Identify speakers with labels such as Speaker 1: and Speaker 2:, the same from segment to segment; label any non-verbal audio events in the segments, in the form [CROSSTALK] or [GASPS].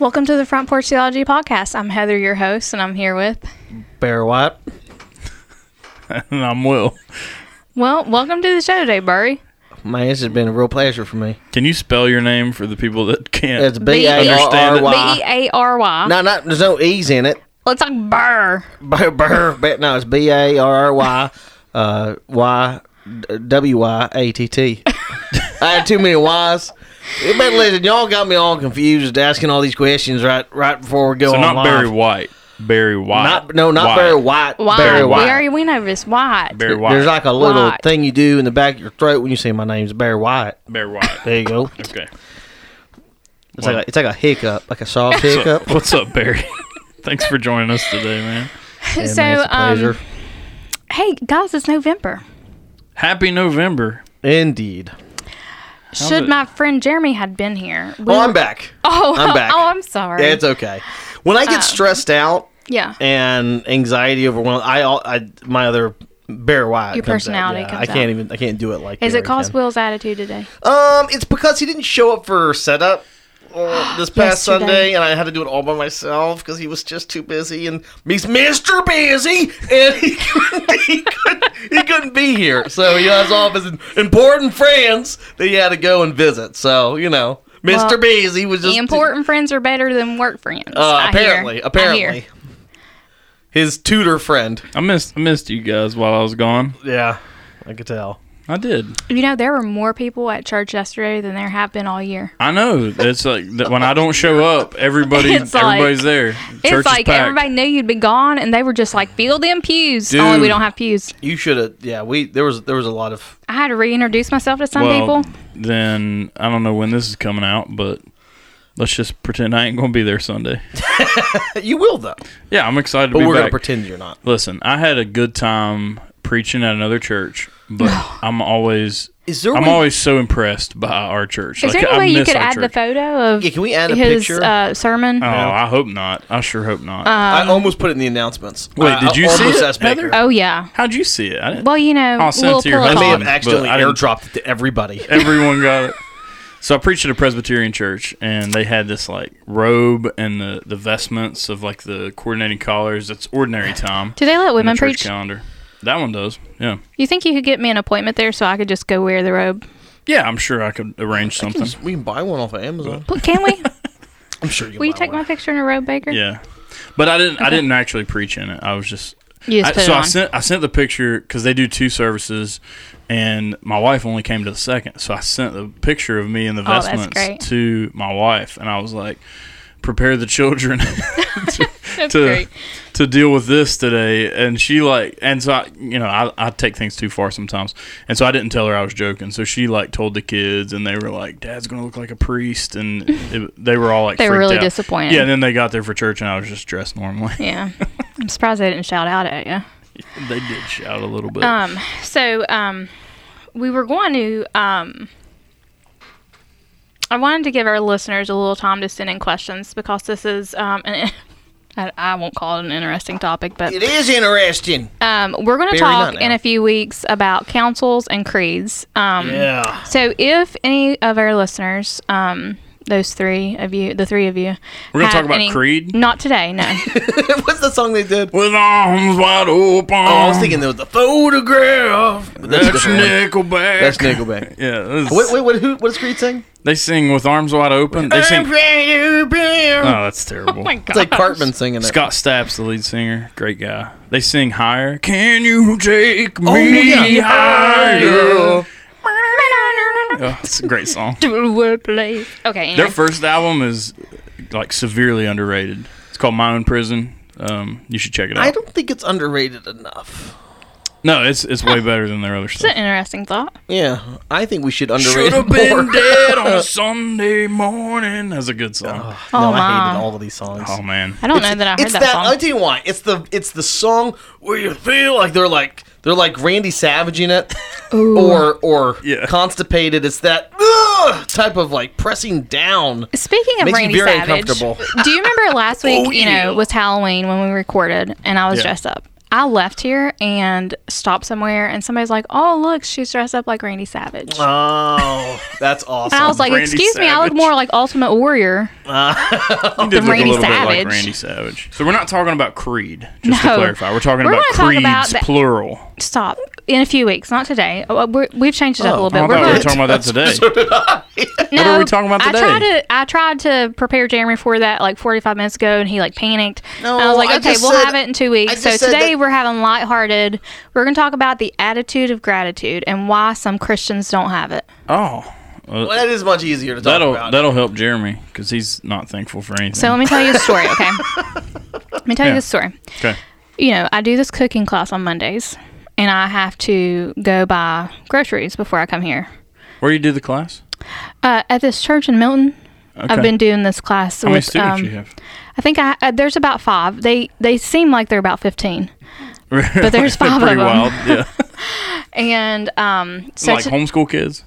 Speaker 1: Welcome to the Front Porch Theology Podcast. I'm Heather, your host, and I'm here with.
Speaker 2: Bear White.
Speaker 3: [LAUGHS] And I'm Will.
Speaker 1: Well, welcome to the show today, Burry.
Speaker 2: Man, this has been a real pleasure for me.
Speaker 3: Can you spell your name for the people that can't?
Speaker 2: It's B
Speaker 1: B-
Speaker 2: A R R
Speaker 1: B
Speaker 2: Y.
Speaker 1: E A R Y.
Speaker 2: No, not there's no E's in it.
Speaker 1: Let's talk Burr.
Speaker 2: Burr, burr, but no, it's B A R R Y uh, Y d- W Y A T T. I had too many Y's. But listen, y'all got me all confused asking all these questions right right before we go
Speaker 3: so
Speaker 2: on
Speaker 3: not
Speaker 2: live.
Speaker 3: Barry White. Barry White.
Speaker 2: Not no, not Barry White.
Speaker 1: Why?
Speaker 2: Barry
Speaker 1: We
Speaker 2: White.
Speaker 1: already went over this. Why?
Speaker 3: Barry White.
Speaker 2: There's like a little
Speaker 1: White.
Speaker 2: thing you do in the back of your throat when you say my name's Barry White.
Speaker 3: [LAUGHS] Barry White.
Speaker 2: There you go.
Speaker 3: Okay.
Speaker 2: It's like a, it's like a hiccup, like a soft hiccup.
Speaker 3: [LAUGHS] So, what's up, Barry? [LAUGHS] Thanks for joining us today, man.
Speaker 1: [LAUGHS]
Speaker 2: Yeah,
Speaker 1: So,
Speaker 2: man, it's a
Speaker 1: um,
Speaker 2: pleasure.
Speaker 1: Hey, guys, it's November.
Speaker 3: Happy November.
Speaker 2: Indeed.
Speaker 1: Should
Speaker 3: it-
Speaker 1: my friend Jeremy had been here. we
Speaker 2: Well, I'm
Speaker 1: would-
Speaker 2: back.
Speaker 1: Oh,
Speaker 2: I'm back.
Speaker 1: oh, I'm sorry. Oh.
Speaker 2: It's okay. When I get stressed out
Speaker 1: yeah.
Speaker 2: and anxiety overwhelmed, I, all I my other bear why
Speaker 1: Your personality
Speaker 2: out. Yeah,
Speaker 1: comes
Speaker 2: I can't
Speaker 1: out.
Speaker 2: even. I can't do it like.
Speaker 1: Is
Speaker 2: Barry
Speaker 1: it cause
Speaker 2: can.
Speaker 1: Will's attitude today?
Speaker 2: Um, it's because he didn't show up for setup uh,
Speaker 1: [GASPS]
Speaker 2: this past
Speaker 1: Yesterday.
Speaker 2: Sunday, and I had to do it all by myself because he was just too busy, and he's Mister Busy, and he [LAUGHS] couldn't, he, couldn't, he couldn't be here. So he has all of his important friends that he had to go and visit. So you know, Mister
Speaker 1: Well,
Speaker 2: Busy was just too-
Speaker 1: Important friends are better than work friends.
Speaker 2: Uh,
Speaker 1: I hear.
Speaker 2: apparently,
Speaker 1: I hear.
Speaker 2: apparently, his tutor friend.
Speaker 3: I missed I missed you guys while I was gone.
Speaker 2: Yeah, I could tell.
Speaker 3: I did.
Speaker 1: You know, there were more people at church yesterday than there have been all year.
Speaker 3: I know. It's like that when I don't show up,
Speaker 1: [LAUGHS]
Speaker 3: everybody
Speaker 1: It's like-
Speaker 3: everybody's there. Church
Speaker 1: it's like
Speaker 3: is packed.
Speaker 1: everybody knew you'd be gone, and they were just like, "Fill them pews." Only
Speaker 3: Dude.
Speaker 1: we don't have pews.
Speaker 2: You should have. Yeah, we there was there was a lot of. [LAUGHS]
Speaker 1: I had to reintroduce myself to some
Speaker 3: well,
Speaker 1: people.
Speaker 3: then I don't know when this is coming out, but let's just pretend I ain't gonna be there Sunday.
Speaker 2: You will though,
Speaker 3: Yeah, I'm excited to
Speaker 2: but
Speaker 3: be
Speaker 2: we're gonna
Speaker 3: back.
Speaker 2: pretend you're not.
Speaker 3: Listen, I had a good time preaching at another church, but I'm always
Speaker 2: Is there? a
Speaker 3: I'm
Speaker 2: way-
Speaker 3: always so impressed by our church.
Speaker 1: Is
Speaker 3: Like,
Speaker 1: there any
Speaker 3: I
Speaker 1: way you
Speaker 3: miss
Speaker 1: could
Speaker 3: our
Speaker 1: add the
Speaker 3: church.
Speaker 1: photo of
Speaker 2: Yeah, can we add a
Speaker 1: his
Speaker 2: picture?
Speaker 1: uh, sermon?
Speaker 3: Oh, I hope not. I sure hope not.
Speaker 1: Uh,
Speaker 2: I almost put it in the announcements.
Speaker 3: Wait,
Speaker 2: I-
Speaker 3: did
Speaker 2: I
Speaker 3: you see
Speaker 2: almost
Speaker 3: it,
Speaker 2: asked Baker.
Speaker 3: Heather?
Speaker 1: oh yeah.
Speaker 3: How'd you see it? I didn't,
Speaker 1: Well, you know,
Speaker 3: I'll send it
Speaker 1: we'll
Speaker 3: to your
Speaker 1: pull it
Speaker 2: I
Speaker 3: husband.
Speaker 2: may have
Speaker 1: on.
Speaker 3: but
Speaker 2: accidentally
Speaker 3: I didn't-
Speaker 2: airdropped it to everybody.
Speaker 3: [LAUGHS] [LAUGHS] everyone got it. So I preached at a Presbyterian church, and they had this like robe and the the vestments of like the coordinating collars. That's ordinary time.
Speaker 1: Do they let
Speaker 3: in the
Speaker 1: women
Speaker 3: church
Speaker 1: preach?
Speaker 3: calendar. That one does. Yeah.
Speaker 1: You think you could get me an appointment there so I could just go wear the robe?
Speaker 3: Yeah, I'm sure I could arrange something.
Speaker 2: We can buy one off of Amazon.
Speaker 1: But can
Speaker 3: [LAUGHS]
Speaker 1: we?
Speaker 2: I'm sure you.
Speaker 1: Will
Speaker 2: can
Speaker 1: you
Speaker 2: buy
Speaker 1: take
Speaker 2: one.
Speaker 1: my picture in a robe, Baker?
Speaker 3: Yeah, but I didn't. I didn't actually preach in it. I was just.
Speaker 1: You just
Speaker 3: I,
Speaker 1: put
Speaker 3: so
Speaker 1: it
Speaker 3: I
Speaker 1: on.
Speaker 3: sent I sent the picture because they do two services, and my wife only came to the second. So I sent the picture of me in the
Speaker 1: Oh, that's
Speaker 3: vestments
Speaker 1: great.
Speaker 3: to my wife, and I was like, "Prepare the children [LAUGHS] to,
Speaker 1: That's
Speaker 3: to,
Speaker 1: great.
Speaker 3: to deal with this today." And she like, and so I, you know, I, I take things too far sometimes, and so I didn't tell her I was joking. So she like told the kids, and they were like, "Dad's gonna look like a priest," and it, they were all
Speaker 1: [LAUGHS]
Speaker 3: like,
Speaker 1: They were
Speaker 3: freaked
Speaker 1: really
Speaker 3: out.
Speaker 1: disappointed.
Speaker 3: Yeah, and then they got there for church, and I was just dressed normally. [LAUGHS]
Speaker 1: Yeah. I'm surprised they didn't shout out at you.
Speaker 3: they did shout a little bit.
Speaker 1: Um, so um, we were going to. Um, I wanted to give our listeners a little time to send in questions because this is um, an. [LAUGHS] I, I won't call it an interesting topic, but
Speaker 2: It is interesting.
Speaker 1: um, we're going to
Speaker 2: Barry, not
Speaker 1: talk in
Speaker 2: now.
Speaker 1: a few weeks about councils and creeds. Um,
Speaker 2: Yeah.
Speaker 1: So, if any of our listeners, um, those three of you, the three of you,
Speaker 3: We're gonna
Speaker 1: have
Speaker 3: talk about
Speaker 1: any-
Speaker 3: creed?
Speaker 1: Not today,
Speaker 2: [LAUGHS]
Speaker 1: no.
Speaker 2: [LAUGHS] What's the song they did?
Speaker 3: With arms wide open.
Speaker 2: Oh, I was thinking there was the photograph. But
Speaker 3: that's
Speaker 2: a different one.
Speaker 3: Nickelback.
Speaker 2: That's Nickelback.
Speaker 3: Yeah, that's-
Speaker 2: Wait, wait, what? Who? What does Creed sing?
Speaker 3: they sing with arms wide open. They sing.
Speaker 2: I'm
Speaker 3: Oh, that's terrible.
Speaker 1: oh my
Speaker 2: It's like
Speaker 1: god! [LAUGHS]
Speaker 2: Cartman singing it.
Speaker 3: Scott Stapp's the lead singer. Great guy. They sing higher. Can you take me
Speaker 2: Oh, yeah.
Speaker 3: higher? Oh, it's a great song.
Speaker 1: okay. Anyway.
Speaker 3: Their first album is like severely underrated. It's called My Own Prison. Um, you should check it out.
Speaker 2: I don't think it's underrated enough.
Speaker 3: no, it's it's way better than their other stuff.
Speaker 1: That's an interesting thought.
Speaker 2: Yeah, I think we should underrate
Speaker 3: Should have
Speaker 2: it
Speaker 3: been
Speaker 2: more.
Speaker 3: dead on a Sunday morning. That's a good
Speaker 2: [LAUGHS]
Speaker 3: song.
Speaker 2: no,
Speaker 1: Oh,
Speaker 2: I
Speaker 1: my.
Speaker 2: hated all of these songs.
Speaker 3: Oh man,
Speaker 1: I don't know that I heard
Speaker 2: it's
Speaker 1: that, song.
Speaker 2: I'll tell you why. It's the it's the song where you feel like they're like they're like Randy Savage
Speaker 1: [LAUGHS]
Speaker 2: in it, or or
Speaker 3: Yeah.
Speaker 2: constipated. It's that ugh, type of like pressing
Speaker 1: [LAUGHS]
Speaker 2: down.
Speaker 1: Speaking of
Speaker 2: Makes me
Speaker 1: Randy
Speaker 2: very
Speaker 1: Savage,
Speaker 2: uncomfortable.
Speaker 3: [LAUGHS]
Speaker 1: do you remember last week?
Speaker 3: Oh,
Speaker 1: you
Speaker 3: yeah.
Speaker 1: know, was Halloween when we recorded, and I was
Speaker 3: Yeah.
Speaker 1: dressed up. I left here and stopped somewhere, and somebody's like, "Oh, look, she's dressed up like Randy Savage."
Speaker 2: Oh, that's awesome.
Speaker 1: and I was like,
Speaker 3: Randy
Speaker 1: "Excuse me, I look
Speaker 3: Savage.
Speaker 1: more like Ultimate Warrior."
Speaker 3: He did
Speaker 1: The
Speaker 3: look
Speaker 1: Randy
Speaker 3: a little bit
Speaker 1: Savage.
Speaker 3: like Randy Savage. So we're not talking about Creed, just
Speaker 1: No.
Speaker 3: to clarify. We're talking
Speaker 1: We're
Speaker 3: about
Speaker 1: gonna talk
Speaker 3: creeds
Speaker 1: about the-
Speaker 3: plural.
Speaker 1: Stop. In a few weeks, not today. Oh, We're, we've changed it up a little
Speaker 3: Oh,
Speaker 1: bit.
Speaker 3: I thought we
Speaker 1: gonna-
Speaker 3: were talking about that
Speaker 2: [LAUGHS]
Speaker 3: today.
Speaker 1: no,
Speaker 3: are we talking about
Speaker 1: I
Speaker 3: today?
Speaker 1: tried to I tried to prepare Jeremy for that like 45 minutes ago, and he like panicked.
Speaker 2: No,
Speaker 1: and I was like,
Speaker 2: I
Speaker 1: okay,
Speaker 2: just
Speaker 1: we'll
Speaker 2: said-
Speaker 1: have it in two
Speaker 2: I
Speaker 1: weeks.
Speaker 2: just
Speaker 1: So
Speaker 2: said
Speaker 1: today
Speaker 2: that-
Speaker 1: we're having lighthearted. We're going to talk about the attitude of gratitude and why some Christians don't have it.
Speaker 3: Oh,
Speaker 2: Well, that is much easier to talk
Speaker 3: that'll
Speaker 2: about.
Speaker 3: that'll help Jeremy because he's not thankful for anything.
Speaker 1: So let me tell you a story,
Speaker 2: [LAUGHS]
Speaker 1: okay? let me tell
Speaker 3: Yeah.
Speaker 1: you this story.
Speaker 3: okay.
Speaker 1: you know, I do this cooking class on Mondays, and I have to go buy groceries before I come here.
Speaker 3: Where do you do the class?
Speaker 1: Uh, at this church in Milton,
Speaker 3: Okay.
Speaker 1: I've been doing this class
Speaker 3: How many
Speaker 1: with.
Speaker 3: students
Speaker 1: Um,
Speaker 3: you have?
Speaker 1: I think I uh, there's about five. They they seem like they're about fifteen, but
Speaker 3: [LAUGHS]
Speaker 1: there's
Speaker 3: They're
Speaker 1: five of
Speaker 3: pretty
Speaker 1: them.
Speaker 3: wild. Yeah,
Speaker 1: And um, [LAUGHS] so
Speaker 3: like
Speaker 1: to-
Speaker 3: homeschool kids.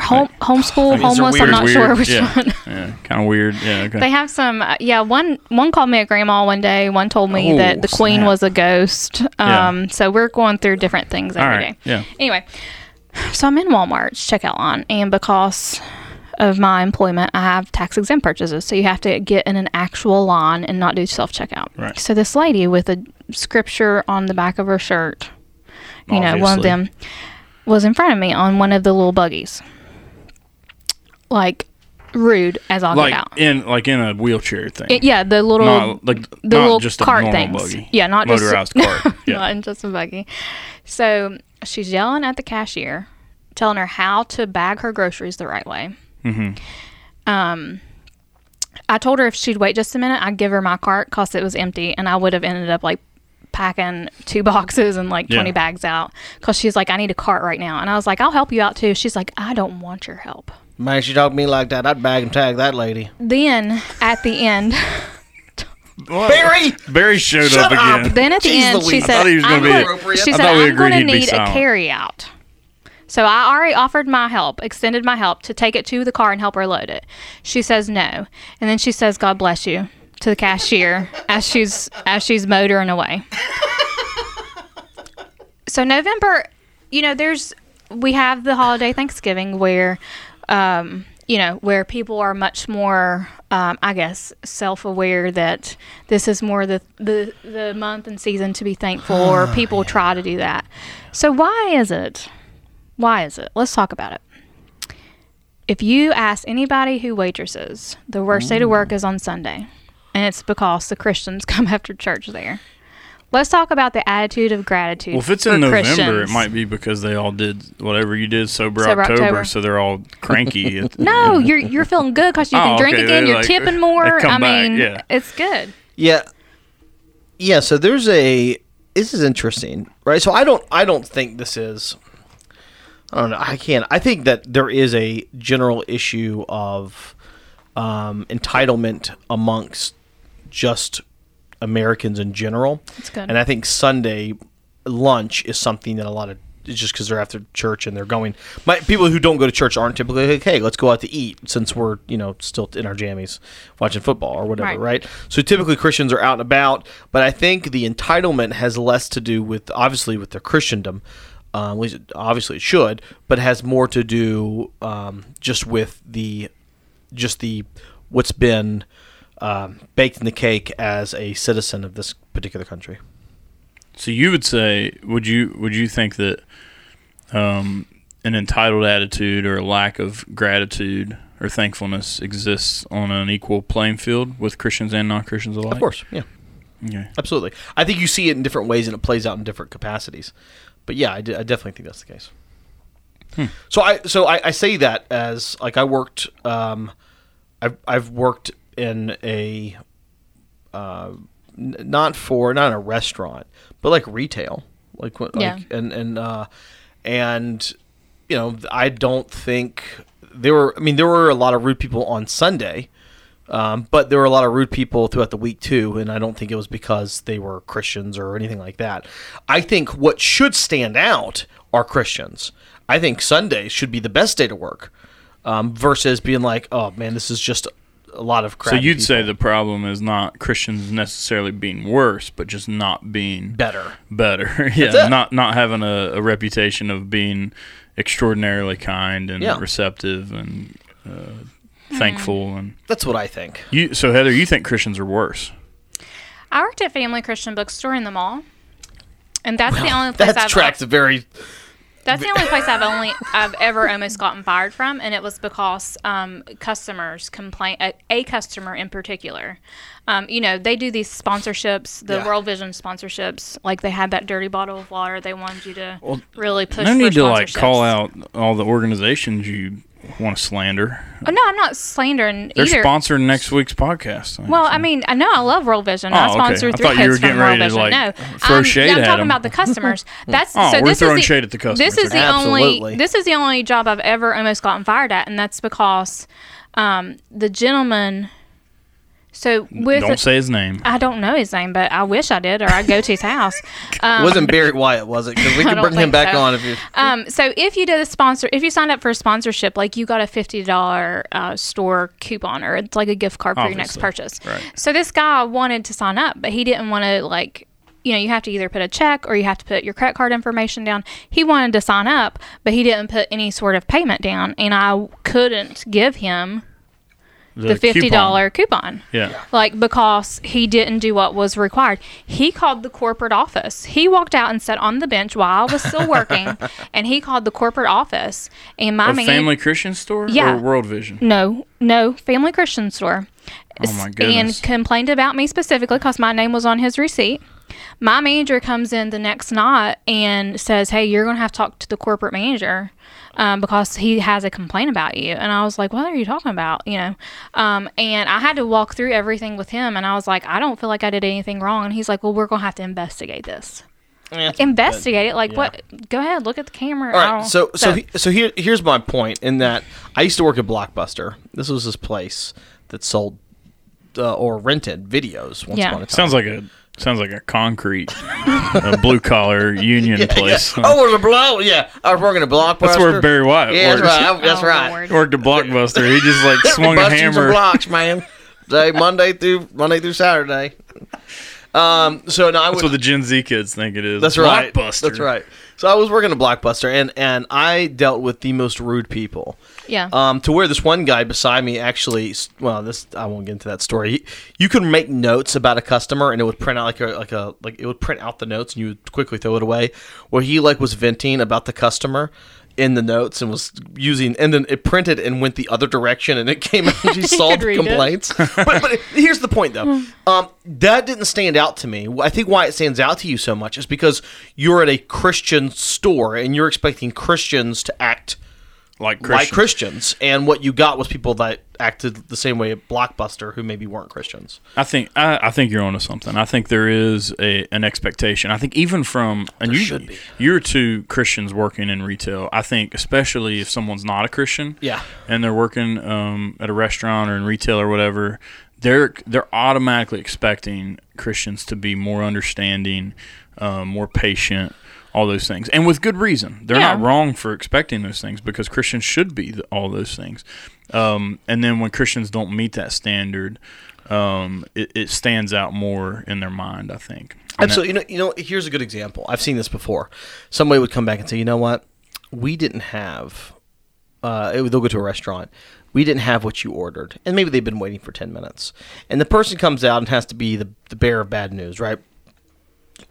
Speaker 1: home, homeschool,
Speaker 3: These are
Speaker 1: homeless. I'm
Speaker 3: Weird,
Speaker 1: not
Speaker 3: weird.
Speaker 1: sure which
Speaker 3: yeah.
Speaker 1: one. [LAUGHS]
Speaker 3: Yeah, kind of weird. Yeah, okay.
Speaker 1: They have some, uh, yeah. One one called me a grandma one day. One told me
Speaker 3: Oh,
Speaker 1: that the queen
Speaker 3: snap.
Speaker 1: was a ghost.
Speaker 3: Yeah.
Speaker 1: Um, so we're going through different things every day.
Speaker 3: right, yeah.
Speaker 1: Anyway, so I'm in Walmart's checkout line, and because of my employment, I have tax exempt purchases. So you have to get in an actual line and not do self checkout.
Speaker 3: Right.
Speaker 1: So this lady with a scripture on the back of her shirt, you know, one of
Speaker 3: Obviously.
Speaker 1: them was in front of me on one of the little buggies. Like rude as all
Speaker 3: like
Speaker 1: get out.
Speaker 3: in like in a wheelchair thing.
Speaker 1: It- yeah, the little
Speaker 3: not like
Speaker 1: the
Speaker 3: not
Speaker 1: little
Speaker 3: just
Speaker 1: cart
Speaker 3: a normal
Speaker 1: things.
Speaker 3: buggy.
Speaker 1: Yeah, not just- [LAUGHS]
Speaker 3: motorized cart. Yeah.
Speaker 1: not in just a buggy. So she's yelling at the cashier, telling her how to bag her groceries the right way. Mm-hmm. Um, I told her if she'd wait just a minute, I'd give her my cart because it was empty, and I would have ended up like packing two [LAUGHS] boxes and like 20
Speaker 3: Yeah.
Speaker 1: bags out because she's like, I need a cart right now. And I was like, I'll help you out too. She's like, I don't want your help.
Speaker 2: Man, she talked to me like that. I'd bag and tag that lady.
Speaker 1: Then at the end,
Speaker 3: Well,
Speaker 2: Barry!
Speaker 3: Barry showed
Speaker 2: Shut
Speaker 3: up
Speaker 2: up.
Speaker 3: again.
Speaker 1: Then at the
Speaker 2: Jeez
Speaker 1: end, she
Speaker 2: Louise. I
Speaker 1: said,
Speaker 3: thought he was gonna
Speaker 1: "I'm
Speaker 3: be-
Speaker 1: gonna, she said,
Speaker 2: I
Speaker 3: thought we
Speaker 1: I'm
Speaker 3: agreed
Speaker 1: going to
Speaker 3: he'd be
Speaker 1: need a
Speaker 3: silent.
Speaker 1: carry out." So I already offered my help, extended my help to take it to the car and help her load it. She says no, and then she says, "God bless you." To the cashier as she's as she's motoring away. So November, you know, there's we have the holiday Thanksgiving where, um, you know, where people are much more, um, I guess, self-aware that this is more the the the month and season to be thankful, or people try to do that. So why is it? Why is it? Let's talk about it. If you ask anybody who waitresses, the worst
Speaker 3: Mm.
Speaker 1: day to work is on Sunday, and it's because the Christians [LAUGHS] come after church there. Let's talk about the attitude of gratitude.
Speaker 3: Well, if it's
Speaker 1: for
Speaker 3: in November,
Speaker 1: Christians.
Speaker 3: it might be because they all did whatever you did sober,
Speaker 1: Sober
Speaker 3: October,
Speaker 1: October.
Speaker 3: so they're all
Speaker 1: [LAUGHS]
Speaker 3: cranky. It- [LAUGHS]
Speaker 1: No, you're you're feeling good because you can
Speaker 3: Oh,
Speaker 1: drink
Speaker 3: okay,
Speaker 1: again.
Speaker 3: they,
Speaker 1: You're
Speaker 3: like,
Speaker 1: tipping
Speaker 3: [LAUGHS] they
Speaker 1: more. I
Speaker 3: come back,
Speaker 1: mean,
Speaker 3: yeah.
Speaker 1: it's good.
Speaker 2: Yeah. Yeah, so there's a this is interesting, right? So I don't I don't think this is I don't know, I can't I think that there is a general issue of um, entitlement amongst just Americans in general.
Speaker 1: That's good.
Speaker 2: And I think Sunday lunch is something that a lot of it's just because they're after church and they're going. My people who don't go to church aren't typically like, hey, let's go out to eat since we're you know still in our jammies watching football or whatever,
Speaker 1: Right.
Speaker 2: right? So typically Christians are out and about, but I think the entitlement has less to do with obviously with their Christendom. Um, at least it- obviously it should, but has more to do um, just with the just the what's been um, baked in the cake as a citizen of this particular country.
Speaker 3: So you would say, would you would you think that um, an entitled attitude or a lack of gratitude or thankfulness exists on an equal playing field with Christians and non Christians alike?
Speaker 2: Of course, yeah,
Speaker 3: Okay.
Speaker 2: absolutely. I think you see it in different ways and it plays out in different capacities. But yeah, I, d- I definitely think that's the case. So I so I, I say that as like I worked um, I've I've worked in a uh, n- not for not a restaurant, but like retail, like what,
Speaker 1: Yeah.
Speaker 2: like and and uh, and you know I don't think there were. I mean, there were a lot of rude people on Sunday, um, but there were a lot of rude people throughout the week too, and I don't think it was because they were Christians or anything like that. I think what should stand out are Christians. I think Sunday should be the best day to work, um, versus being like, oh man, this is just a lot of
Speaker 3: So
Speaker 2: crap.
Speaker 3: you'd say the problem is not Christians necessarily being worse, but just not being
Speaker 2: better.
Speaker 3: better. [LAUGHS] yeah,
Speaker 2: That's it.
Speaker 3: not not having a, a reputation of being extraordinarily kind and
Speaker 2: Yeah.
Speaker 3: receptive and
Speaker 1: Mm-hmm.
Speaker 3: uh, thankful. And
Speaker 2: That's what I think.
Speaker 3: you, so Heather, you think Christians are worse?
Speaker 1: I worked at Family Christian Bookstore in the mall, and that's the
Speaker 2: [LAUGHS]
Speaker 1: only place
Speaker 2: That
Speaker 1: I've
Speaker 2: tracks very.
Speaker 1: That's the only place
Speaker 3: [LAUGHS]
Speaker 1: I've only I've ever almost gotten fired from, and it was because um, customers complain. A, a customer in particular, um, you know, they do these sponsorships, the
Speaker 2: Yeah.
Speaker 1: World Vision sponsorships. Like they had that dirty bottle of water. They wanted you to really push.
Speaker 3: No
Speaker 1: for
Speaker 3: need to like
Speaker 1: sponsorships.
Speaker 3: call out all the organizations you want to slander.
Speaker 1: Oh, no, I'm not slandering
Speaker 3: They're
Speaker 1: either.
Speaker 3: sponsoring next week's podcast.
Speaker 1: well, I mean, I know I love World Vision.
Speaker 3: Oh,
Speaker 1: I
Speaker 3: okay.
Speaker 1: sponsor
Speaker 3: I
Speaker 1: three
Speaker 3: thought you
Speaker 1: kids
Speaker 3: were getting
Speaker 1: from World
Speaker 3: ready to,
Speaker 1: Vision.
Speaker 3: like,
Speaker 1: no,
Speaker 3: throw
Speaker 1: I'm,
Speaker 3: shade
Speaker 1: I'm
Speaker 3: at
Speaker 1: talking
Speaker 3: 'em.
Speaker 1: about the customers.
Speaker 3: [LAUGHS]
Speaker 1: That's
Speaker 3: Oh,
Speaker 1: so
Speaker 3: we're
Speaker 1: this
Speaker 3: throwing
Speaker 1: is the,
Speaker 3: shade at the customers.
Speaker 1: This is the
Speaker 2: Absolutely.
Speaker 1: only. This is the only job I've ever almost gotten fired at, and that's because um, the gentleman. So with
Speaker 3: Don't say his name.
Speaker 1: I don't know his name, but I wish I did, or I'd go to his
Speaker 3: [LAUGHS]
Speaker 1: house. Um,
Speaker 2: It wasn't Barry Wyatt, was it? Because
Speaker 1: [LAUGHS]
Speaker 2: we
Speaker 1: I
Speaker 2: can
Speaker 1: don't
Speaker 2: bring him
Speaker 1: think
Speaker 2: back
Speaker 1: so.
Speaker 2: on if you.
Speaker 1: Um, so if you did a sponsor, if you signed up for a sponsorship, like you got a fifty dollar uh, store coupon, or it's like a gift card for your next
Speaker 3: Obviously.
Speaker 1: purchase.
Speaker 3: Right.
Speaker 1: So this guy wanted to sign up, but he didn't want to like, you know, you have to either put a check or you have to put your credit card information down. He wanted to sign up, but he didn't put any sort of payment down, and I couldn't give him the, fifty dollar coupon.
Speaker 3: Yeah.
Speaker 1: Like because he didn't do what was required. He called the corporate office. He walked out and sat on the bench while I was still
Speaker 3: [LAUGHS]
Speaker 1: working and he called the corporate office and my
Speaker 3: A
Speaker 1: man
Speaker 3: family Christian store
Speaker 1: Yeah.
Speaker 3: or World Vision?
Speaker 1: No, no, Family Christian store.
Speaker 3: Oh my
Speaker 1: S-
Speaker 3: goodness.
Speaker 1: And complained about me specifically because my name was on his receipt. My manager comes in the next night and says, "Hey, you're going to have to talk to the corporate manager um, because he has a complaint about you." And I was like, "What are you talking about?" You know. Um, and I had to walk through everything with him, and I was like, "I don't feel like I did anything wrong." And he's like, "Well, we're going to have to investigate this.
Speaker 2: Eh.
Speaker 1: Investigate it? Like what? Go ahead, look at the camera."
Speaker 2: All
Speaker 1: I
Speaker 2: right.
Speaker 1: don't-
Speaker 2: So so he, so here here's my point in that I used to work at Blockbuster. This was this place that sold uh, or rented videos once
Speaker 1: Yeah.
Speaker 2: upon a time.
Speaker 3: Sounds like a sounds like a concrete, a
Speaker 1: [LAUGHS]
Speaker 3: blue collar union place.
Speaker 2: Oh, it was a blow. Yeah, I was working at Blockbuster.
Speaker 3: That's where Barry Wyatt
Speaker 2: Yeah, that's
Speaker 3: works.
Speaker 2: right. I- that's
Speaker 1: Oh,
Speaker 2: right.
Speaker 1: Lord.
Speaker 3: Worked a blockbuster. He just
Speaker 2: [LAUGHS]
Speaker 3: like swung a
Speaker 2: Busting some
Speaker 3: hammer.
Speaker 2: blocks,
Speaker 3: [LAUGHS]
Speaker 2: man. Day Monday through Monday through Saturday. Um. So no, I
Speaker 3: That's
Speaker 2: would.
Speaker 3: what the Gen Z kids think it is.
Speaker 2: That's right.
Speaker 3: Blockbuster.
Speaker 2: That's right. So I was working at Blockbuster, and and I dealt with the most rude people.
Speaker 1: yeah.
Speaker 2: Um, to where this one guy beside me actually, well, this I won't get into that story. You- You could make notes about a customer, and it would print out like a like a like it would print out the notes, and you would quickly throw it away. Where he like was venting about the customer in the notes and was using, and then it printed and went the other direction, and it came out
Speaker 1: [LAUGHS]
Speaker 2: and she solved
Speaker 1: read it. Hmm.
Speaker 2: complaints. but but here's the point though, um, that didn't stand out to me. I think why it stands out to you so much is because you're at a Christian store and you're expecting Christians to act
Speaker 3: Like Christian.
Speaker 2: like Christians, and what you got was people that acted the same way at Blockbuster who maybe weren't Christians.
Speaker 3: I think I, I think you're onto something. I think there is a an expectation. I think even from and you
Speaker 2: should be.
Speaker 3: you're two Christians working in retail. I think especially if someone's not a Christian,
Speaker 2: Yeah.
Speaker 3: and they're working um, at a restaurant or in retail or whatever, they're they're automatically expecting Christians to be more understanding, um, more patient, all those things, and with good reason. They're not
Speaker 1: Yeah.
Speaker 3: wrong for expecting those things because Christians should be th- all those things. Um, and then when Christians don't meet that standard, um, it, it stands out more in their mind. I think. And that-
Speaker 2: Absolutely. you know, you know, here's a good example. I've seen this before. Somebody would come back and say, "You know what? We didn't have." Uh, it, they'll go to a restaurant. We didn't have what you ordered, and maybe they've been waiting for ten minutes. And the person comes out and has to be the the bearer of bad news, right?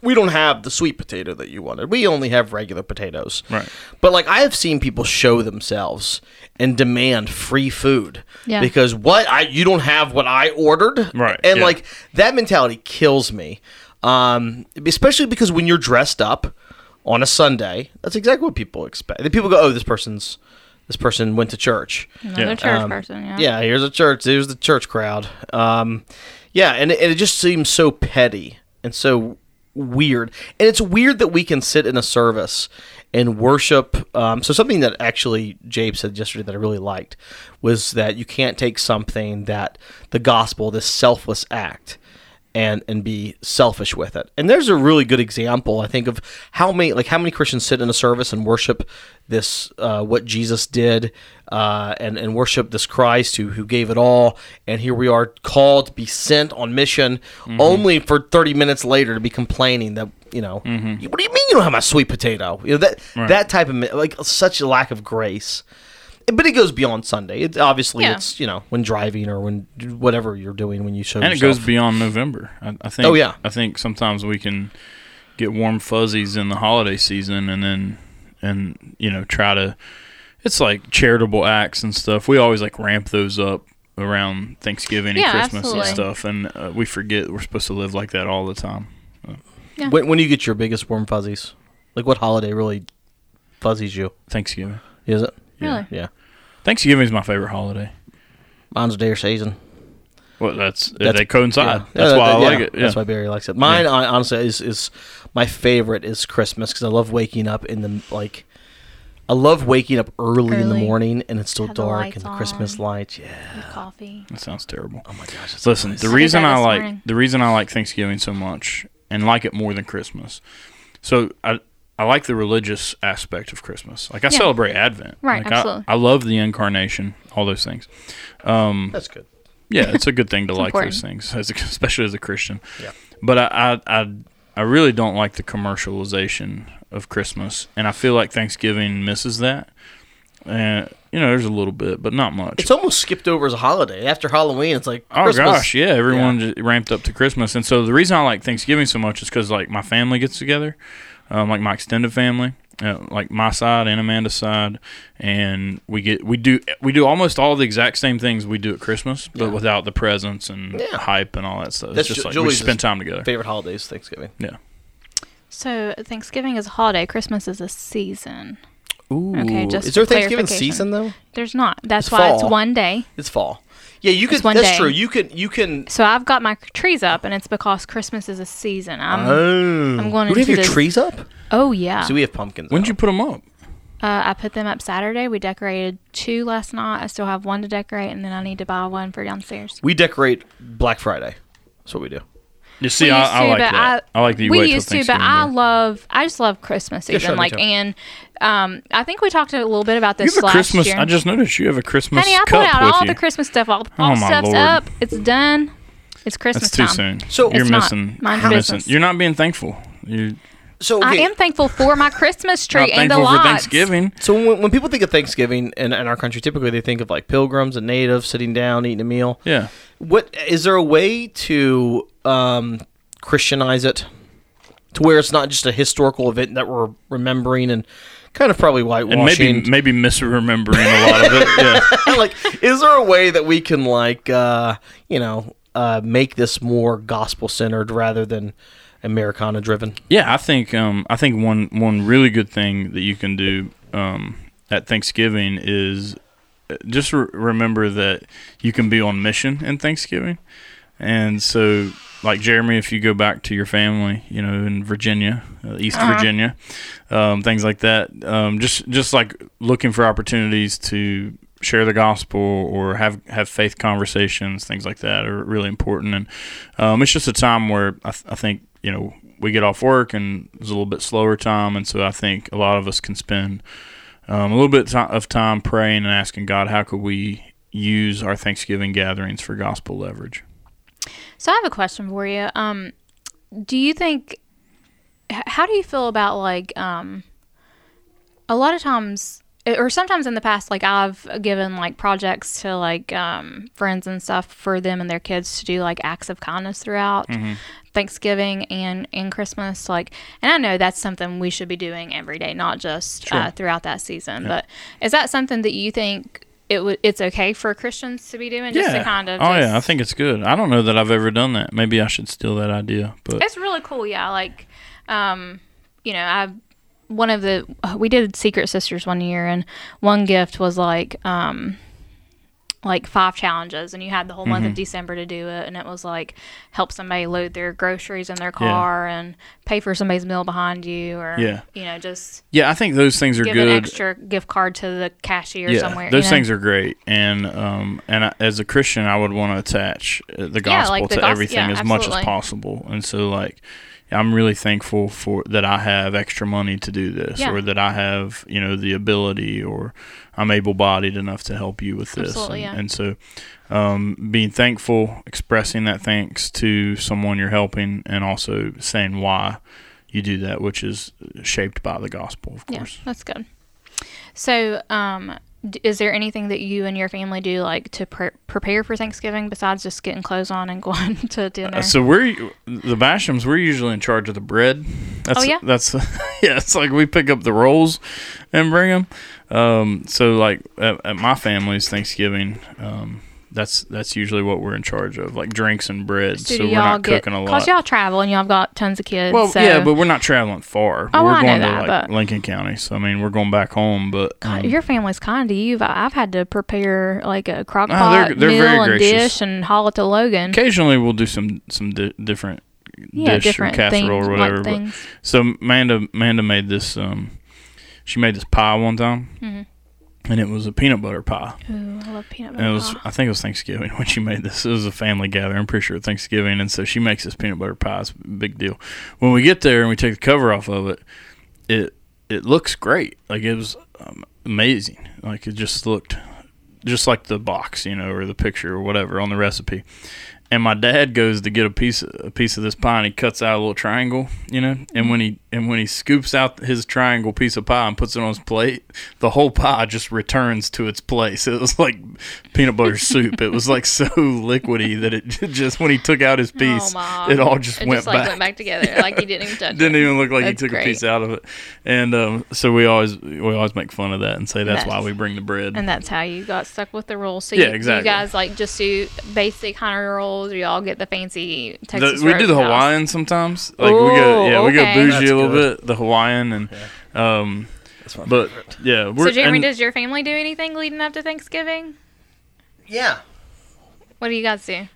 Speaker 2: We don't have the sweet potato that you wanted. We only have regular potatoes.
Speaker 3: Right.
Speaker 2: But like I have seen people show themselves and demand free food
Speaker 1: Yeah.
Speaker 2: because what I you don't have what I ordered.
Speaker 3: Right,
Speaker 2: And
Speaker 3: yeah.
Speaker 2: like that mentality kills me. Um, especially because when you're dressed up on a Sunday, that's exactly what people expect. The people go, "Oh, this person's this person went to church."
Speaker 1: Another
Speaker 3: yeah,
Speaker 1: church
Speaker 2: Um,
Speaker 1: person. Yeah.
Speaker 2: Yeah, here's a church. Here's the church crowd. Um, yeah, and it, and it just seems so petty and so weird. And it's weird that we can sit in a service and worship. Um, so something that actually Jabe said yesterday that I really liked was that you can't take something that the gospel, this selfless act. And, and be selfish with it. And there's a really good example, I think, of how many like how many Christians sit in a service and worship this uh, what Jesus did uh, and and worship this Christ who who gave it all. And here we are called to be sent on mission,
Speaker 3: Mm-hmm.
Speaker 2: only for thirty minutes later to be complaining that you know
Speaker 3: Mm-hmm.
Speaker 2: what do you mean you don't have my sweet potato? You know that that type of mi- like such a lack of grace. But it goes beyond Sunday. It obviously
Speaker 1: Yeah.
Speaker 2: it's you know when driving or when whatever you're doing when you show
Speaker 3: and it
Speaker 2: yourself.
Speaker 3: goes beyond November. I, I think.
Speaker 2: Oh, yeah.
Speaker 3: I think sometimes we can get warm fuzzies in the holiday season, and then and you know try to. It's like charitable acts and stuff. We always like ramp those up around Thanksgiving
Speaker 1: Yeah,
Speaker 3: and Christmas
Speaker 1: absolutely.
Speaker 3: and stuff, and uh, we forget we're supposed to live like that all the time.
Speaker 2: [LAUGHS] When, when do you get your biggest warm fuzzies? Like what holiday really fuzzies you?
Speaker 3: Thanksgiving.
Speaker 2: Is it? [SIGHS]
Speaker 1: Really?
Speaker 2: Yeah.
Speaker 3: Thanksgiving is my favorite holiday.
Speaker 2: Mine's deer season.
Speaker 3: Well, that's,
Speaker 2: That's-
Speaker 3: they coincide.
Speaker 2: Yeah.
Speaker 3: That's
Speaker 2: Yeah,
Speaker 3: why I
Speaker 2: that-
Speaker 3: like
Speaker 2: yeah,
Speaker 3: it. Yeah.
Speaker 2: That's why Barry likes it. Mine, I, honestly, is is my favorite is Christmas because I love waking up in the like. I love waking up early, in the
Speaker 1: Early.
Speaker 2: morning and it's still
Speaker 1: Have the
Speaker 2: dark
Speaker 1: lights
Speaker 2: and the Christmas
Speaker 1: on.
Speaker 2: lights. Yeah.
Speaker 1: With coffee.
Speaker 3: that sounds terrible.
Speaker 2: Oh my gosh. It's
Speaker 3: Listen,
Speaker 2: nice.
Speaker 3: the reason
Speaker 1: that
Speaker 3: I
Speaker 1: this
Speaker 3: like
Speaker 1: morning.
Speaker 3: the reason I like Thanksgiving so much and like it more than Christmas. So I I like the religious aspect of Christmas. Like I
Speaker 1: Yeah.
Speaker 3: celebrate Advent.
Speaker 1: Right,
Speaker 3: Like, I-
Speaker 1: absolutely.
Speaker 3: I, love the incarnation, all those things. Um,
Speaker 2: That's good.
Speaker 3: yeah, it's a good thing to like
Speaker 1: important.
Speaker 3: those things, as a, especially as a Christian.
Speaker 2: Yeah.
Speaker 3: But I, I I I really don't like the commercialization of Christmas, and I feel like Thanksgiving misses that. And you know, there's a little bit, but not much.
Speaker 2: It's almost skipped over as a holiday. After Halloween, it's like
Speaker 3: Oh
Speaker 2: Christmas.
Speaker 3: gosh, yeah, everyone just ramped up to Christmas, and so the reason I like Thanksgiving so much is because like my family gets together, um, like my extended family, uh, like my side and Amanda's side, and we get we do we do almost all the exact same things we do at Christmas, but without the presents and
Speaker 2: Yeah.
Speaker 3: hype and all that stuff.
Speaker 2: That's
Speaker 3: it's just
Speaker 2: Ju-
Speaker 3: like we
Speaker 2: Julie's
Speaker 3: just spend time together.
Speaker 2: Favorite holiday is Thanksgiving.
Speaker 3: yeah.
Speaker 1: So Thanksgiving is a holiday. Christmas is a season.
Speaker 2: Ooh.
Speaker 1: Okay, just
Speaker 2: is there
Speaker 1: for clarification.
Speaker 2: Thanksgiving season though?
Speaker 1: There's not. That's
Speaker 2: It's
Speaker 1: why it's
Speaker 2: fall.
Speaker 1: one day.
Speaker 2: It's fall. Yeah, you could.
Speaker 1: one
Speaker 2: That's
Speaker 1: day.
Speaker 2: true. You can. You can.
Speaker 1: So I've got my trees up, and it's because Christmas is a season. I'm,
Speaker 2: Oh,
Speaker 1: I'm going
Speaker 2: Do we have
Speaker 1: into
Speaker 2: your
Speaker 1: this-
Speaker 2: trees up?
Speaker 1: oh yeah.
Speaker 2: So we have pumpkins.
Speaker 3: When
Speaker 2: out.
Speaker 3: did you put them up?
Speaker 1: Uh, I put them up Saturday. We decorated two last night. I still have one to decorate, and then I need to buy one for downstairs.
Speaker 2: We decorate Black Friday. That's what we do.
Speaker 3: You see,
Speaker 1: We used
Speaker 3: I, I
Speaker 1: to,
Speaker 3: like
Speaker 1: but
Speaker 3: that. I, like that you
Speaker 1: we
Speaker 3: wait till
Speaker 1: used to, but
Speaker 3: Thanksgiving.
Speaker 1: I
Speaker 3: to-
Speaker 1: love. I just love Christmas
Speaker 2: Yeah,
Speaker 1: season.
Speaker 2: sure, me
Speaker 1: like,
Speaker 2: too.
Speaker 1: and um, I think we talked a little bit about
Speaker 3: you
Speaker 1: this
Speaker 3: have a
Speaker 1: last
Speaker 3: Christmas.
Speaker 1: year.
Speaker 3: I just noticed you have a Christmas
Speaker 1: Honey, I
Speaker 3: cup
Speaker 1: put out
Speaker 3: with
Speaker 1: all
Speaker 3: you.
Speaker 1: the Christmas stuff. All, all
Speaker 3: Oh,
Speaker 1: the
Speaker 3: my
Speaker 1: stuff's
Speaker 3: Lord.
Speaker 1: up. It's done. It's Christmas
Speaker 3: That's too
Speaker 1: time.
Speaker 3: soon.
Speaker 2: So-
Speaker 3: you're
Speaker 1: It's not.
Speaker 3: missing.
Speaker 1: Mind
Speaker 3: You're
Speaker 1: your
Speaker 3: missing.
Speaker 1: business.
Speaker 3: You're not being thankful. You
Speaker 2: So
Speaker 1: I
Speaker 2: okay,
Speaker 1: am thankful for my Christmas tree
Speaker 3: not
Speaker 1: and the
Speaker 3: thankful
Speaker 1: lights.
Speaker 3: for Thanksgiving.
Speaker 2: So when, when people think of Thanksgiving in, in our country, typically they think of like pilgrims and natives sitting down eating a meal.
Speaker 3: Yeah.
Speaker 2: What is there a way to um, Christianize it to where it's not just a historical event that we're remembering and kind of probably whitewashing?
Speaker 3: And maybe maybe misremembering a lot of
Speaker 1: [LAUGHS]
Speaker 3: it. Yeah.
Speaker 2: [LAUGHS] like, is there a way that we can like, uh, you know, uh, make this more gospel centered rather than Americana driven?
Speaker 3: Yeah, I think um, I think one one really good thing that you can do um, at Thanksgiving is uh, just re- remember that you can be on mission in Thanksgiving, and so like Jeremy, if you go back to your family, you know, in Virginia, uh, East
Speaker 1: Uh-huh.
Speaker 3: Virginia, um, things like that, um, just just like looking for opportunities to share the gospel or have have faith conversations, things like that are really important, and um, it's just a time where I, th- I think you know we get off work and it's a little bit slower time, and so I think a lot of us can spend um, a little bit ti- of time praying and asking God, how could we use our Thanksgiving gatherings for gospel leverage?
Speaker 1: So I have a question for you. Um, do you think? h- How do you feel about like um, a lot of times, eh, or sometimes in the past, like I've given like projects to like um, friends and stuff for them and their kids to do like acts of kindness throughout
Speaker 3: Mm-hmm.
Speaker 1: Thanksgiving and and Christmas. Like, and I know that's something we should be doing every day, not just uh, throughout that season. But is that something that you think? It w- it's okay for Christians to be doing just to kind of
Speaker 3: oh yeah,
Speaker 1: just-
Speaker 3: I think it's good. I don't know that I've ever done that. Maybe I should steal that idea, but
Speaker 1: it's really cool yeah like um you know i one of the we did secret sisters one year and one gift was like um like five challenges and you had the whole month of
Speaker 3: Mm-hmm.
Speaker 1: december to do it and it was like help somebody load their groceries in their car and pay for somebody's meal behind you or
Speaker 3: Yeah.
Speaker 1: you know just
Speaker 3: yeah, I think those things are
Speaker 1: give
Speaker 3: good.
Speaker 1: an extra gift card to the cashier somewhere
Speaker 3: Those
Speaker 1: you know?
Speaker 3: things are great, and um, and I, as a Christian, I would want to attach uh, the gospel
Speaker 1: like the
Speaker 3: to
Speaker 1: gos-
Speaker 3: everything
Speaker 1: yeah,
Speaker 3: as much as
Speaker 1: absolutely.
Speaker 3: possible. And so, like, I'm really thankful for that I have extra money to do this,
Speaker 1: Yeah.
Speaker 3: or that I have you know the ability, or I'm able-bodied enough to help you with this.
Speaker 1: Absolutely,
Speaker 3: and,
Speaker 1: yeah.
Speaker 3: and so, um, being thankful, expressing that thanks to someone you're helping, and also saying why you do that, which is shaped by the gospel, of
Speaker 1: Yeah,
Speaker 3: course.
Speaker 1: that's good. So, um, d- is there anything that you and your family do like to pre- prepare for Thanksgiving besides just getting clothes [LAUGHS] on and going to dinner?
Speaker 3: Uh, so we're the Bashams. We're usually in charge of the bread. That's,
Speaker 1: Oh, yeah?
Speaker 3: That's [LAUGHS] yeah. It's like we pick up the rolls and bring them. Um, so like at, at my family's Thanksgiving, um, that's that's usually what we're in charge of, like drinks and bread.
Speaker 1: So
Speaker 3: so
Speaker 1: do
Speaker 3: we're
Speaker 1: y'all
Speaker 3: not
Speaker 1: get
Speaker 3: cooking a
Speaker 1: because
Speaker 3: lot.
Speaker 1: y'all travel and y'all got tons of kids.
Speaker 3: well,
Speaker 1: so
Speaker 3: yeah, but we're not traveling far.
Speaker 1: Oh,
Speaker 3: we're
Speaker 1: I know
Speaker 3: going
Speaker 1: that,
Speaker 3: to like
Speaker 1: but-
Speaker 3: Lincoln County, so I mean we're going back home. But
Speaker 1: God,
Speaker 3: um,
Speaker 1: your family's kind to you. but I've had to prepare like a crock
Speaker 3: No,
Speaker 1: pot
Speaker 3: Ah, they're- they're
Speaker 1: meal
Speaker 3: very
Speaker 1: and
Speaker 3: gracious.
Speaker 1: dish and haul it to Logan.
Speaker 3: occasionally we'll do some some di- different
Speaker 1: yeah,
Speaker 3: dish
Speaker 1: different
Speaker 3: or
Speaker 1: things,
Speaker 3: casserole or whatever.
Speaker 1: Like
Speaker 3: but-
Speaker 1: things.
Speaker 3: So Amanda, Amanda made this. Um, she made this pie one time,
Speaker 1: Mhm.
Speaker 3: and it was a peanut butter pie.
Speaker 1: Ooh, I love peanut
Speaker 3: And
Speaker 1: butter. Oh,
Speaker 3: it was,
Speaker 1: pie.
Speaker 3: I think it was Thanksgiving [LAUGHS] when she made this. It was a family gathering. I'm pretty sure Thanksgiving, and so she makes this peanut butter pie. It's a big deal. When we get there and we take the cover off of it, it it looks great. Like it was um, amazing. Like it just looked just like the box, you know, or the picture or whatever on the recipe. And my dad goes to get a piece a piece of this pie, and he cuts out a little triangle, you know. And when he and when he scoops out his triangle piece of pie and puts it on his plate, the whole pie just returns to its place. It was like peanut butter soup. It was like so [LAUGHS] liquidy that it [LAUGHS] just when he took out his piece,
Speaker 1: Oh, my.
Speaker 3: it all just,
Speaker 1: It
Speaker 3: went,
Speaker 1: just like
Speaker 3: back.
Speaker 1: went back together. Like you
Speaker 3: [LAUGHS]
Speaker 1: didn't even [LAUGHS] touch
Speaker 3: Didn't even look like
Speaker 1: That's
Speaker 3: he took
Speaker 1: great.
Speaker 3: a piece out of it. And um, so we always we always make fun of that and say that's why
Speaker 1: That's-
Speaker 3: we bring the bread.
Speaker 1: And that's how you got stuck with the rules. So
Speaker 3: Yeah,
Speaker 1: you,
Speaker 3: exactly.
Speaker 1: you guys like just do basic kind of rules, or y'all get the fancy
Speaker 3: The-
Speaker 1: Texas.
Speaker 3: we do the
Speaker 1: Roadhouse?
Speaker 3: Hawaiian sometimes. Like we go
Speaker 1: Ooh,
Speaker 3: yeah, we go
Speaker 1: okay.
Speaker 3: bougie
Speaker 2: That's
Speaker 3: a little
Speaker 2: good.
Speaker 3: bit, the Hawaiian and um
Speaker 2: That's my
Speaker 3: but
Speaker 2: favorite.
Speaker 3: yeah, we're
Speaker 1: So Jeremy,
Speaker 3: and
Speaker 1: does your family do anything leading up to Thanksgiving?
Speaker 2: yeah, [LAUGHS]
Speaker 1: What do you guys do?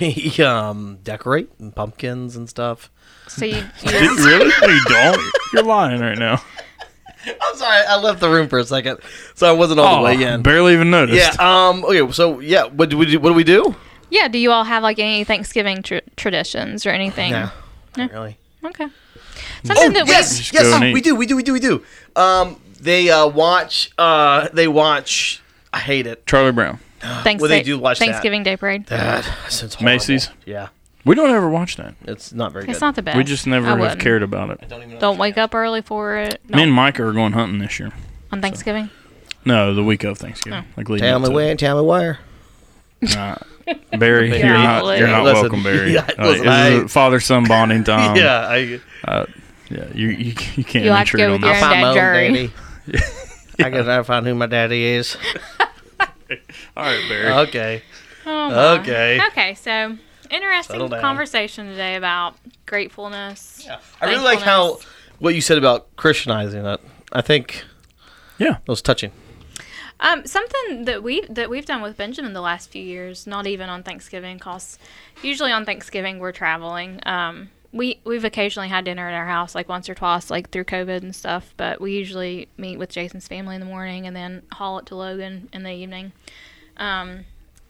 Speaker 2: we um decorate and pumpkins and stuff.
Speaker 1: So you,
Speaker 3: [LAUGHS] Did-
Speaker 1: you
Speaker 3: really? No, you don't. You're lying right now.
Speaker 2: I'm sorry, I left the room for a second, so I wasn't [LAUGHS] all
Speaker 3: Oh,
Speaker 2: the way in.
Speaker 3: barely even noticed.
Speaker 2: Yeah. Um. Okay. So yeah, what do we do? What do we do?
Speaker 1: yeah, do you all have like any Thanksgiving tr- traditions or anything?
Speaker 2: No, not really. Oh,
Speaker 1: Okay. Something
Speaker 3: Oh,
Speaker 1: that we
Speaker 2: yes,
Speaker 3: Just
Speaker 2: yes,
Speaker 3: go and
Speaker 2: we
Speaker 3: eat.
Speaker 2: do, we do, we do, we do. Um, they uh, watch. Uh, they watch. I hate it.
Speaker 3: Charlie Brown.
Speaker 1: thanks,
Speaker 2: Well, they do watch that.
Speaker 1: Thanksgiving Day Parade.
Speaker 2: That sounds horrible.
Speaker 3: Macy's?
Speaker 2: Yeah,
Speaker 3: We don't ever watch that.
Speaker 2: it's not very
Speaker 1: It's
Speaker 2: good.
Speaker 1: not the best.
Speaker 3: We just never
Speaker 1: I
Speaker 3: have
Speaker 1: wouldn't.
Speaker 3: cared about it.
Speaker 2: Don't even.
Speaker 1: Don't wake up early for it
Speaker 3: Me and Micah are going hunting this year.
Speaker 1: on Thanksgiving.
Speaker 3: No, the week of Thanksgiving. Like leading
Speaker 2: Tell
Speaker 3: up
Speaker 2: me
Speaker 3: to it.
Speaker 2: where. Tell me where.
Speaker 3: Nah. Barry,
Speaker 1: Yeah.
Speaker 3: you're not, you're not
Speaker 2: Listen,
Speaker 3: welcome,
Speaker 2: [LAUGHS]
Speaker 3: Barry.
Speaker 2: yeah,
Speaker 3: Like,
Speaker 2: listen,
Speaker 3: this
Speaker 2: I-
Speaker 3: is father son bonding
Speaker 2: [LAUGHS]
Speaker 3: time.
Speaker 2: yeah, I.
Speaker 3: yeah. You you, you can't
Speaker 1: You'll have to
Speaker 3: intrude
Speaker 1: go
Speaker 3: on
Speaker 1: with your
Speaker 3: that.
Speaker 1: own dad, Jerry.
Speaker 2: [LAUGHS] I can never find who my daddy is.
Speaker 3: All right,
Speaker 2: [LAUGHS]
Speaker 3: Barry.
Speaker 2: Okay.
Speaker 1: Oh my.
Speaker 2: Okay. [LAUGHS]
Speaker 1: Okay, so
Speaker 2: Settle
Speaker 1: interesting
Speaker 2: down.
Speaker 1: conversation today about gratefulness.
Speaker 2: I really like how
Speaker 1: Thankfulness.
Speaker 2: what you said about Christianizing it. I think
Speaker 3: yeah.
Speaker 2: it was touching.
Speaker 1: Um, something that we that we've done with Benjamin the last few years, not even on Thanksgiving, cause usually on Thanksgiving we're traveling. Um, we we've occasionally had dinner at our house, like once or twice, like through COVID and stuff. But we usually meet with Jason's family in the morning and then haul it to Logan in the evening. Um,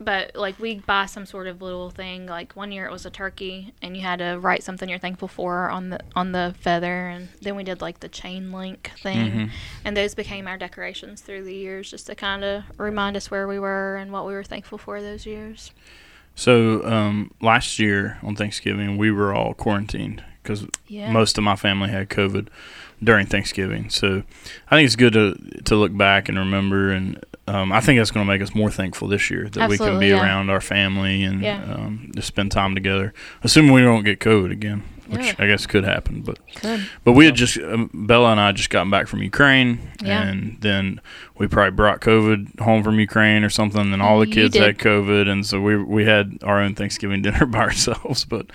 Speaker 1: but like we buy some sort of little thing. Like one year it was a turkey, and you had to write something you're thankful for on the on the feather, and then we did like the chain link thing, and those became our decorations through the years, just to kind of remind us where we were and what we were thankful for those years.
Speaker 3: So um, last year on Thanksgiving, we were all quarantined because
Speaker 1: Yeah.
Speaker 3: most of my family had COVID during Thanksgiving. So I think it's good to to look back and remember, and um, I think that's going to make us more thankful this year that we can
Speaker 1: Absolutely,
Speaker 3: be
Speaker 1: yeah.
Speaker 3: around our family and
Speaker 1: Yeah.
Speaker 3: um, just spend time together. Assuming we don't get COVID again, which
Speaker 1: Yeah.
Speaker 3: I guess could happen, but.
Speaker 1: Good.
Speaker 3: But we had just um, Bella and I had just gotten back from Ukraine,
Speaker 1: Yeah.
Speaker 3: and then we probably brought COVID home from Ukraine or something, and all the
Speaker 1: You
Speaker 3: kids
Speaker 1: did.
Speaker 3: had COVID, and so we we had our own Thanksgiving [LAUGHS] dinner by ourselves. But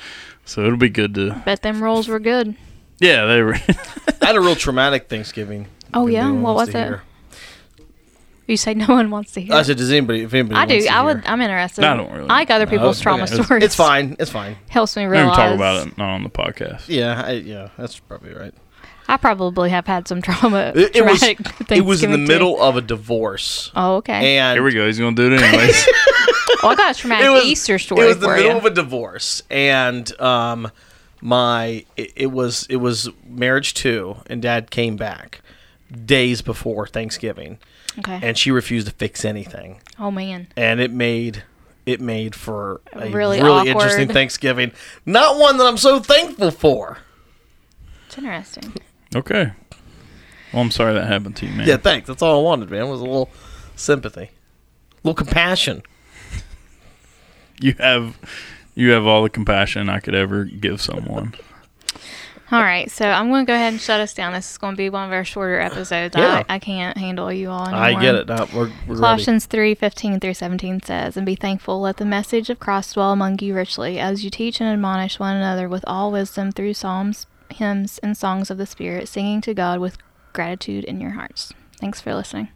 Speaker 3: so it'll be good to
Speaker 1: Bet them rolls were good.
Speaker 3: yeah they were [LAUGHS]
Speaker 2: I had a real traumatic Thanksgiving.
Speaker 1: Oh,
Speaker 2: If
Speaker 1: yeah?
Speaker 2: anyone
Speaker 1: What
Speaker 2: wants
Speaker 1: was
Speaker 2: to
Speaker 1: it?
Speaker 2: hear.
Speaker 1: You say no one wants to hear.
Speaker 2: I said, does anybody? If anybody
Speaker 1: I do.
Speaker 2: wants to
Speaker 1: I would.
Speaker 2: hear.
Speaker 1: I'm interested.
Speaker 3: I don't really-
Speaker 1: I like other people's
Speaker 2: okay.
Speaker 1: trauma
Speaker 2: It's-
Speaker 1: stories.
Speaker 2: It's fine. It's fine.
Speaker 1: [LAUGHS] Helps me
Speaker 3: we didn't
Speaker 1: realize.
Speaker 3: talk about it not on the podcast.
Speaker 2: Yeah. I, yeah. That's probably right.
Speaker 1: I probably have had some trauma.
Speaker 2: It, it was.
Speaker 1: traumatic
Speaker 2: It was in the
Speaker 1: Thanksgiving too.
Speaker 2: middle of a divorce,
Speaker 1: Oh, okay.
Speaker 2: and
Speaker 3: Here we go. He's gonna do it anyways.
Speaker 2: [LAUGHS]
Speaker 1: Well, I got a traumatic Easter story
Speaker 2: It was the
Speaker 1: for
Speaker 2: middle
Speaker 1: you.
Speaker 2: of a divorce, and um, my it, it was it was marriage two, and Dad came back days before Thanksgiving,
Speaker 1: Okay.
Speaker 2: and she refused to fix anything,
Speaker 1: oh man.
Speaker 2: and it made it made for a
Speaker 1: Really
Speaker 2: really, interesting
Speaker 1: awkward.
Speaker 2: Thanksgiving. Not one that I'm so thankful for.
Speaker 1: It's interesting.
Speaker 3: Okay. Well, I'm sorry that happened to you, man.
Speaker 2: Yeah, thanks. That's all I wanted, man. Was a little sympathy, a little compassion.
Speaker 3: You have you have all the compassion I could ever give someone.
Speaker 1: All right, so I'm going to go ahead and shut us down. This is going to be one of our shorter episodes.
Speaker 2: Yeah.
Speaker 1: I, I can't handle you all anymore.
Speaker 2: I get it. No, we're, we're ready.
Speaker 1: Colossians three fifteen through 17 says, And be thankful, let the message of Christ dwell among you richly, as you teach and admonish one another with all wisdom through psalms, hymns, and songs of the Spirit, singing to God with gratitude in your hearts. Thanks for listening.